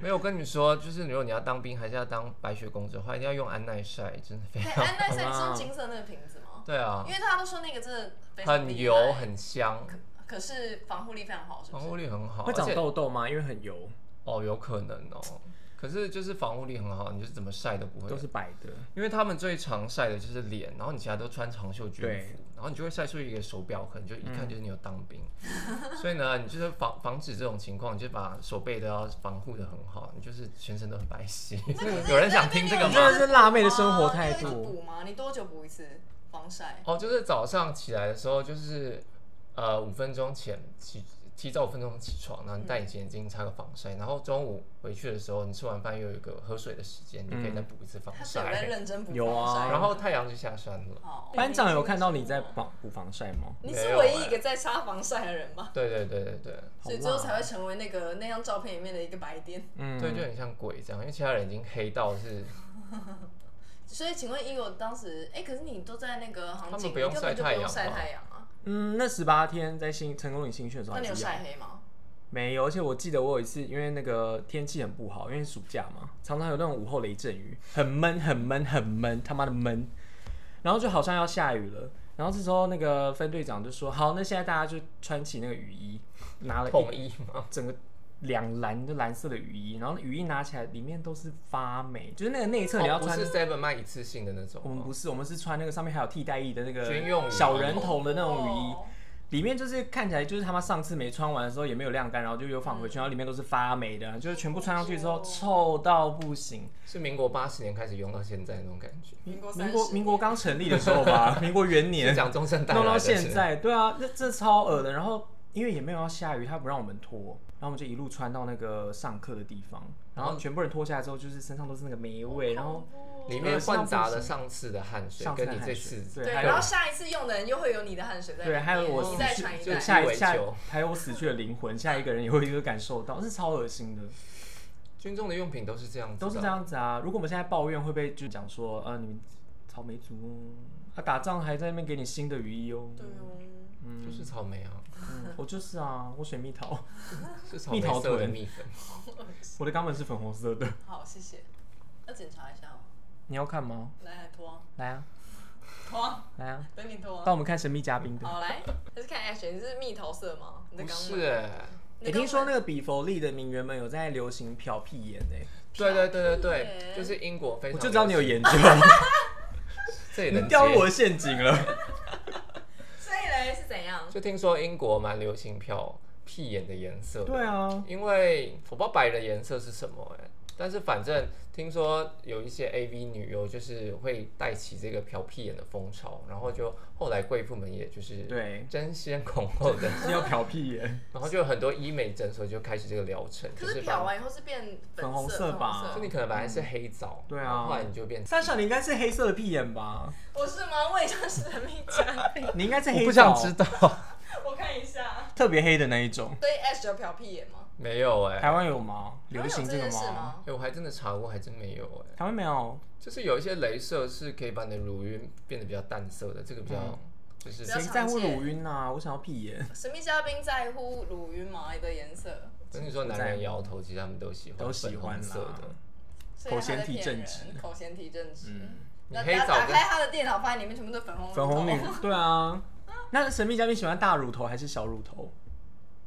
[SPEAKER 3] 没有我跟你说，就是如果你要当兵，还是要当白雪公主的话，一定要用安耐晒，真的非
[SPEAKER 1] 对，
[SPEAKER 3] 常。
[SPEAKER 1] 安耐晒是用金哎色那个瓶子吗？
[SPEAKER 3] 对啊
[SPEAKER 1] 因，为大家都说那个真的非常
[SPEAKER 3] 很
[SPEAKER 1] 厉害
[SPEAKER 3] 油，很香，
[SPEAKER 1] 可是防护力非常好，是不
[SPEAKER 3] 防
[SPEAKER 1] 是？
[SPEAKER 3] 护力很好，
[SPEAKER 2] 会
[SPEAKER 3] 而
[SPEAKER 2] 长
[SPEAKER 3] 且
[SPEAKER 2] 痘痘吗？因为很油，
[SPEAKER 3] 哦，有可能哦。可是就是防护力很好，你就是怎么晒都不会
[SPEAKER 2] 都。是白的。
[SPEAKER 3] 因为他们最常晒的就是脸，然后你其他都穿长袖军服
[SPEAKER 2] 对，
[SPEAKER 3] 然后你就会晒出一个手表痕，就一看就是你有当 兵。所以呢，你就是防防止这种情况，你就把手背都要防护的很好，你就是全身都很白皙。有人想听这个
[SPEAKER 2] 你
[SPEAKER 3] 吗
[SPEAKER 2] 真？的是辣妹的生活态
[SPEAKER 1] 你会一直
[SPEAKER 2] 度。
[SPEAKER 1] 补吗？啊你多久补一次防晒？
[SPEAKER 3] 哦，就是早上起来的时候，就是呃五分钟前起，提早五分钟起床，然后你戴隐形眼镜擦个防晒，然后中午回去的时候，你吃完饭又有一个喝水的时间，你就可以再补一次防
[SPEAKER 1] 他是有在
[SPEAKER 3] 晒。
[SPEAKER 1] 认真补
[SPEAKER 2] 有
[SPEAKER 1] 防
[SPEAKER 2] 啊
[SPEAKER 1] 晒。
[SPEAKER 3] 然后太阳就下山了。
[SPEAKER 1] 好
[SPEAKER 2] 班长有看到你在防补防晒吗？
[SPEAKER 1] 你是唯一一个在擦防晒的人吧？
[SPEAKER 3] 对对对对对，
[SPEAKER 2] 好
[SPEAKER 1] 啊所以
[SPEAKER 2] 辣
[SPEAKER 1] 最后才会成为那个那张照片里面的一个白点。
[SPEAKER 2] 嗯，
[SPEAKER 3] 对，就很像鬼这样，因为其他人已经黑到是，
[SPEAKER 1] 所以请问，因为我当时，哎、可是你都在那个
[SPEAKER 3] 他
[SPEAKER 1] 航
[SPEAKER 3] 们
[SPEAKER 1] 警，
[SPEAKER 3] 不用
[SPEAKER 1] 你根本就不
[SPEAKER 3] 晒太
[SPEAKER 1] 用
[SPEAKER 3] 阳
[SPEAKER 1] 晒
[SPEAKER 3] 吧
[SPEAKER 1] 太阳啊。
[SPEAKER 2] 嗯，那十八天在新成功岭新训的时候
[SPEAKER 1] 那
[SPEAKER 2] 还
[SPEAKER 1] 你有
[SPEAKER 2] 是有
[SPEAKER 1] 晒黑吗？
[SPEAKER 2] 没有？而且我记得我有一次，因为那个天气很不好，因为暑假嘛，常常有那种午后雷阵雨，很闷，很闷，很闷，他妈的闷。然后就好像要下雨了，然后这时候那个分队长就说：“好，那现在大家就穿起那个雨衣，拿了一
[SPEAKER 3] 统一 嘛，
[SPEAKER 2] 整个两蓝的蓝色的雨衣，然后雨衣拿起来里面都是发霉，就是那个内侧你要
[SPEAKER 3] 哦不
[SPEAKER 2] 穿
[SPEAKER 3] 是 Seven 卖一次性的那种
[SPEAKER 2] 我们
[SPEAKER 3] 哦，
[SPEAKER 2] 不是，我们是穿那个上面还有替代衣的那
[SPEAKER 3] 军用
[SPEAKER 2] 个
[SPEAKER 3] 雨
[SPEAKER 2] 小人头的那种雨衣，
[SPEAKER 1] 哦
[SPEAKER 2] 里面就是看起来就是他妈上次没穿完的时候也没有晾干，然后就又放回去，然后里面都是发霉的，就是全部穿上去之后臭到不行。
[SPEAKER 3] 是民国八十年开始用到现在那种感 觉，
[SPEAKER 1] 民国
[SPEAKER 2] 民
[SPEAKER 1] 三
[SPEAKER 2] 国
[SPEAKER 1] 十，
[SPEAKER 2] 民国刚成立的时候吧，民国元
[SPEAKER 3] 是
[SPEAKER 2] 年
[SPEAKER 3] 讲中正带来
[SPEAKER 2] 弄
[SPEAKER 3] 的
[SPEAKER 2] 到
[SPEAKER 3] 是不是
[SPEAKER 2] 现在，对啊，这这超恶的。然后因为也没有要下雨，他不让我们脱，然后我们就一路穿到那个上课的地方，然后全部人脱下来之后，就是身上都是那个霉
[SPEAKER 1] 哦
[SPEAKER 2] 味，然后
[SPEAKER 3] 里面混杂了上次的汗水
[SPEAKER 2] 上次的
[SPEAKER 3] 跟你这
[SPEAKER 2] 汗
[SPEAKER 3] 次
[SPEAKER 2] 水
[SPEAKER 1] 对，
[SPEAKER 2] 还
[SPEAKER 3] 有
[SPEAKER 1] 然后下一次用的人又会有你的汗水在里
[SPEAKER 2] 对，
[SPEAKER 1] 面，
[SPEAKER 2] 还有我
[SPEAKER 1] 你
[SPEAKER 2] 死
[SPEAKER 1] 再
[SPEAKER 2] 去
[SPEAKER 1] 传一
[SPEAKER 3] 就
[SPEAKER 1] 代
[SPEAKER 3] 是。
[SPEAKER 2] 下
[SPEAKER 3] 以为
[SPEAKER 2] 一下
[SPEAKER 3] 球
[SPEAKER 2] 还有我死去的灵魂，下一个人也会有感受到，这是超恶心的，
[SPEAKER 3] 军中的用品都是这样子，
[SPEAKER 2] 都是这。样子啊。如果我们现在抱怨，会被就讲说，呃，你们草莓族哦，啊，打仗还在那边给你新的雨衣哦。
[SPEAKER 1] 对哦，
[SPEAKER 3] 就是草莓啊，
[SPEAKER 2] 嗯 我就是啊，我水蜜桃，
[SPEAKER 3] 是草
[SPEAKER 2] 蜜
[SPEAKER 3] 莓
[SPEAKER 2] 桃
[SPEAKER 3] 色的
[SPEAKER 2] 臀
[SPEAKER 3] 蜜粉。
[SPEAKER 2] 我的肛门是粉红色的，
[SPEAKER 1] 好，谢谢。要检查一下哦，
[SPEAKER 2] 你要看吗？
[SPEAKER 1] 来脱啊
[SPEAKER 2] 来啊，
[SPEAKER 1] 脱啊，
[SPEAKER 2] 来啊，
[SPEAKER 1] 等你脱啊
[SPEAKER 2] 当。我们看神秘嘉宾的。
[SPEAKER 1] 好来，还是看 Ash，你是蜜桃色吗？你的
[SPEAKER 3] 不
[SPEAKER 1] 肛
[SPEAKER 3] 是
[SPEAKER 1] 门，
[SPEAKER 3] 欸，
[SPEAKER 2] 你听说那个比佛利的名媛们有在流行漂屁眼呢、
[SPEAKER 3] 对对对对
[SPEAKER 1] 屁
[SPEAKER 3] 对，
[SPEAKER 1] 耶
[SPEAKER 3] 就是英国非常
[SPEAKER 2] 我
[SPEAKER 3] 流行，
[SPEAKER 2] 就知道你有研究，
[SPEAKER 3] 这 也
[SPEAKER 2] 你
[SPEAKER 3] 能
[SPEAKER 2] 掉入
[SPEAKER 3] 接
[SPEAKER 2] 我的陷阱了。
[SPEAKER 1] 所以嘞是怎样？
[SPEAKER 3] 就听说英国蛮流行漂屁眼的颜色的，
[SPEAKER 2] 对啊，
[SPEAKER 3] 因为我不知道白人的颜色是什么哎、但是反正听说有一些 AV 女优就是会带起这个漂屁眼的风潮，然后就后来贵妇们也就是
[SPEAKER 2] 对，
[SPEAKER 3] 争先恐后 的，
[SPEAKER 2] 是要漂屁 眼，
[SPEAKER 3] 然后就有很多医美诊所就开始这个疗程，
[SPEAKER 1] 可
[SPEAKER 3] 就是是
[SPEAKER 1] 漂
[SPEAKER 3] 把
[SPEAKER 1] 完以后是变
[SPEAKER 2] 粉红色
[SPEAKER 1] 色
[SPEAKER 2] 吧
[SPEAKER 1] 粉
[SPEAKER 3] 就
[SPEAKER 1] 红
[SPEAKER 3] 你
[SPEAKER 1] 色
[SPEAKER 3] 可能本来是黑枣，
[SPEAKER 2] 对啊
[SPEAKER 3] 然后后来你就变
[SPEAKER 2] 莎莎，你应该是黑色的屁眼吧？
[SPEAKER 1] 我是吗？我也像是神秘嘉 宾，
[SPEAKER 2] 你应该是
[SPEAKER 3] 我
[SPEAKER 2] 黑
[SPEAKER 3] 不想
[SPEAKER 2] 枣
[SPEAKER 3] 知道，
[SPEAKER 1] 我看一下。
[SPEAKER 2] 特别黑的那一种。
[SPEAKER 1] 所以 S 有漂屁眼吗？
[SPEAKER 3] 没有哎、
[SPEAKER 2] 台湾有吗？流行
[SPEAKER 1] 这
[SPEAKER 2] 个
[SPEAKER 1] 件事？吗？
[SPEAKER 3] 哎我还真的查过，还真没有哎、
[SPEAKER 2] 台湾没有，
[SPEAKER 3] 就是有一些镭射是可以把你的乳晕变得比较淡色的，这个比较、
[SPEAKER 2] 嗯
[SPEAKER 3] 就是
[SPEAKER 1] 比较
[SPEAKER 2] 谁
[SPEAKER 1] 常
[SPEAKER 2] 在乎
[SPEAKER 1] 见
[SPEAKER 2] 乳晕啊？我想要屁眼，
[SPEAKER 1] 神秘嘉宾在乎乳晕吗？的颜色，
[SPEAKER 3] 跟你说，男人摇头，其实他们都喜欢
[SPEAKER 2] 都喜欢
[SPEAKER 3] 粉红色
[SPEAKER 2] 啦
[SPEAKER 3] 的。
[SPEAKER 1] 所以他在
[SPEAKER 2] 口嫌体
[SPEAKER 1] 骗
[SPEAKER 2] 正
[SPEAKER 1] 人
[SPEAKER 2] 直
[SPEAKER 1] 口嫌体正直。
[SPEAKER 3] 你
[SPEAKER 1] 那
[SPEAKER 3] 黑
[SPEAKER 1] 大家
[SPEAKER 3] 枣
[SPEAKER 1] 打
[SPEAKER 3] 跟
[SPEAKER 1] 开他的电脑，发现里面全部都是粉嗯红
[SPEAKER 2] 嗯粉红
[SPEAKER 1] 头
[SPEAKER 2] 女，对啊。那神秘嘉宾喜欢大乳头还是小乳头？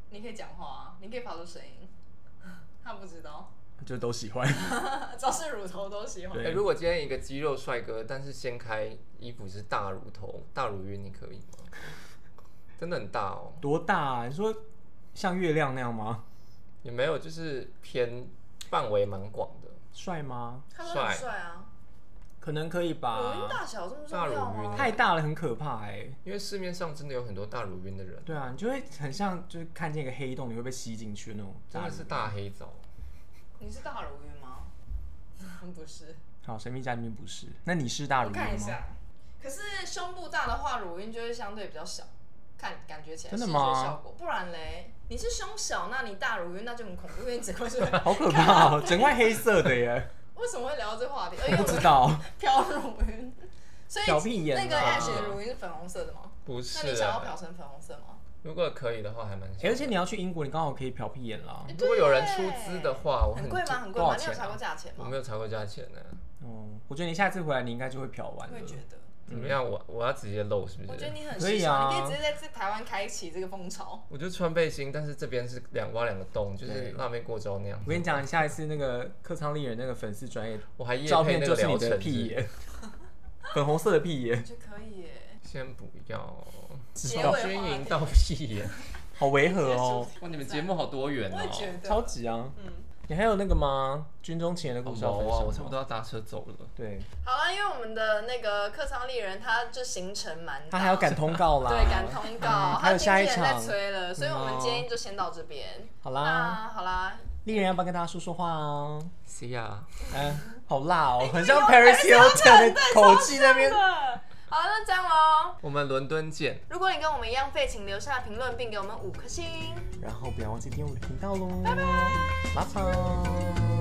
[SPEAKER 1] 你可以讲话啊，你可以发出声音。 他不知道，
[SPEAKER 2] 就都喜欢。
[SPEAKER 1] 只要是乳头都喜欢。
[SPEAKER 2] 对
[SPEAKER 3] 哎、如果今天一个肌肉帅哥，但是掀开衣服是大乳头、大乳晕，你可以吗？ 真的很大哦，
[SPEAKER 2] 多大、啊？你说像月亮那样吗？
[SPEAKER 3] 也没有，就是偏范围蛮广的。
[SPEAKER 2] 帅吗？
[SPEAKER 1] 他说很帅啊，
[SPEAKER 2] 可能可以
[SPEAKER 1] 乳晕
[SPEAKER 2] 吧。
[SPEAKER 1] 大小这么重
[SPEAKER 3] 大乳
[SPEAKER 1] 要
[SPEAKER 3] 晕
[SPEAKER 1] 吗？
[SPEAKER 2] 太大啊了很可怕哎、
[SPEAKER 3] 因为市面上真的有很多大乳晕的人，
[SPEAKER 2] 对啊，你就会很像，就是看见一个黑洞，你会被吸进去那种。
[SPEAKER 3] 真的是大黑枣。
[SPEAKER 1] 你是大乳晕吗？ 不是，
[SPEAKER 2] 好，神秘嘉宾不是，那你是大乳
[SPEAKER 1] 我
[SPEAKER 2] 晕
[SPEAKER 1] 看一
[SPEAKER 2] 吗？
[SPEAKER 1] 下。可是胸部大的话，乳晕就会相对比较小，看感觉起来
[SPEAKER 2] 真的
[SPEAKER 1] 视
[SPEAKER 2] 吗
[SPEAKER 1] 觉效果。不然嘞，你是胸小，那你大乳晕那就很恐怖，因为你只会是。
[SPEAKER 2] 好可怕哦、整块黑色的耶，
[SPEAKER 1] 为什么会聊到这话题？而
[SPEAKER 2] 我
[SPEAKER 1] 且
[SPEAKER 2] 不
[SPEAKER 1] 我
[SPEAKER 2] 知
[SPEAKER 1] 们
[SPEAKER 2] 道。
[SPEAKER 1] 飘乳晕，所以
[SPEAKER 2] 小屁眼啊
[SPEAKER 1] 那个 Ash 的乳晕是粉红色的吗？
[SPEAKER 3] 不
[SPEAKER 1] 那
[SPEAKER 3] 是、
[SPEAKER 1] 你想要
[SPEAKER 3] 啊
[SPEAKER 1] 漂，成粉红色吗？
[SPEAKER 3] 如果可以的话，还蛮想
[SPEAKER 2] 哎而且你要去英国，你刚好可以漂屁眼
[SPEAKER 1] 哎
[SPEAKER 2] 啦。
[SPEAKER 3] 如果有人出资的话，我
[SPEAKER 1] 很贵吗？很贵
[SPEAKER 2] 哦多
[SPEAKER 1] 吗？
[SPEAKER 2] 少
[SPEAKER 1] 你有
[SPEAKER 2] 钱啊
[SPEAKER 1] 查过价钱
[SPEAKER 3] 我
[SPEAKER 1] 吗
[SPEAKER 3] 没？有查过价钱呢、
[SPEAKER 2] 哦，我觉得你下次回来，你应该就会漂完
[SPEAKER 1] 会觉
[SPEAKER 2] 了。
[SPEAKER 1] 得，
[SPEAKER 3] 怎么样？我我要直接露是不
[SPEAKER 1] 我
[SPEAKER 3] 是
[SPEAKER 1] 觉得？你很
[SPEAKER 2] 可以
[SPEAKER 1] 时尚，
[SPEAKER 2] 啊
[SPEAKER 1] 你可以直接在这台湾开启这个风潮。
[SPEAKER 3] 我就穿背心，但是这边是两挖两个洞，就
[SPEAKER 2] 对
[SPEAKER 3] 是辣妹过招那样
[SPEAKER 2] 我。跟你讲，你下一次那个客舱丽人那个粉丝专业
[SPEAKER 3] 我还夜
[SPEAKER 2] 照
[SPEAKER 3] 配
[SPEAKER 2] 片
[SPEAKER 3] 那
[SPEAKER 2] 就
[SPEAKER 3] 个
[SPEAKER 2] 是你
[SPEAKER 3] 疗程
[SPEAKER 2] 的
[SPEAKER 3] 是，
[SPEAKER 2] 屁眼， 粉红色的屁眼
[SPEAKER 1] 我，觉得可以耶，
[SPEAKER 3] 先不要，
[SPEAKER 1] 结
[SPEAKER 3] 从
[SPEAKER 1] 尾
[SPEAKER 3] 军
[SPEAKER 1] 话
[SPEAKER 3] 哦营
[SPEAKER 1] 题
[SPEAKER 3] 到屁眼。
[SPEAKER 2] 好违 和哦，
[SPEAKER 3] 哇，你们节目好多元
[SPEAKER 1] 我也觉
[SPEAKER 3] 哦。
[SPEAKER 1] 得
[SPEAKER 2] 超级啊！
[SPEAKER 1] 嗯
[SPEAKER 2] 你还有那个吗？军中情人的
[SPEAKER 3] 好
[SPEAKER 2] 故事要
[SPEAKER 3] 毛
[SPEAKER 2] 分
[SPEAKER 3] 啊！
[SPEAKER 2] 享
[SPEAKER 3] 我
[SPEAKER 2] 吗
[SPEAKER 3] 差不多要搭车走了。
[SPEAKER 2] 对，
[SPEAKER 1] 好了，因为我们的那个客舱丽人，他就行程蛮大，
[SPEAKER 2] 他还要赶通告啦，
[SPEAKER 1] 对赶通告，
[SPEAKER 2] 嗯还
[SPEAKER 1] 他
[SPEAKER 2] 有
[SPEAKER 1] 经
[SPEAKER 2] 下
[SPEAKER 1] 纪
[SPEAKER 2] 一
[SPEAKER 1] 人在
[SPEAKER 2] 场。
[SPEAKER 1] 催啊了，所以我
[SPEAKER 2] 嗯
[SPEAKER 1] 们
[SPEAKER 2] 哦
[SPEAKER 1] 今天就先到这边。
[SPEAKER 2] 好啦，
[SPEAKER 1] 那好啦，
[SPEAKER 2] 丽人要不要跟大家说说话哦？
[SPEAKER 3] See ya。
[SPEAKER 2] 嗯，好辣
[SPEAKER 1] 哎
[SPEAKER 2] 哦，很像 Paris Hilton 的口气那边
[SPEAKER 1] 真。的好，那这样喽。
[SPEAKER 3] 我们伦敦见。
[SPEAKER 1] 如果你跟我们一样废，请留下评论并给我们五颗星。
[SPEAKER 2] 然后不要忘记订阅我的频道喽，拜拜，拜拜。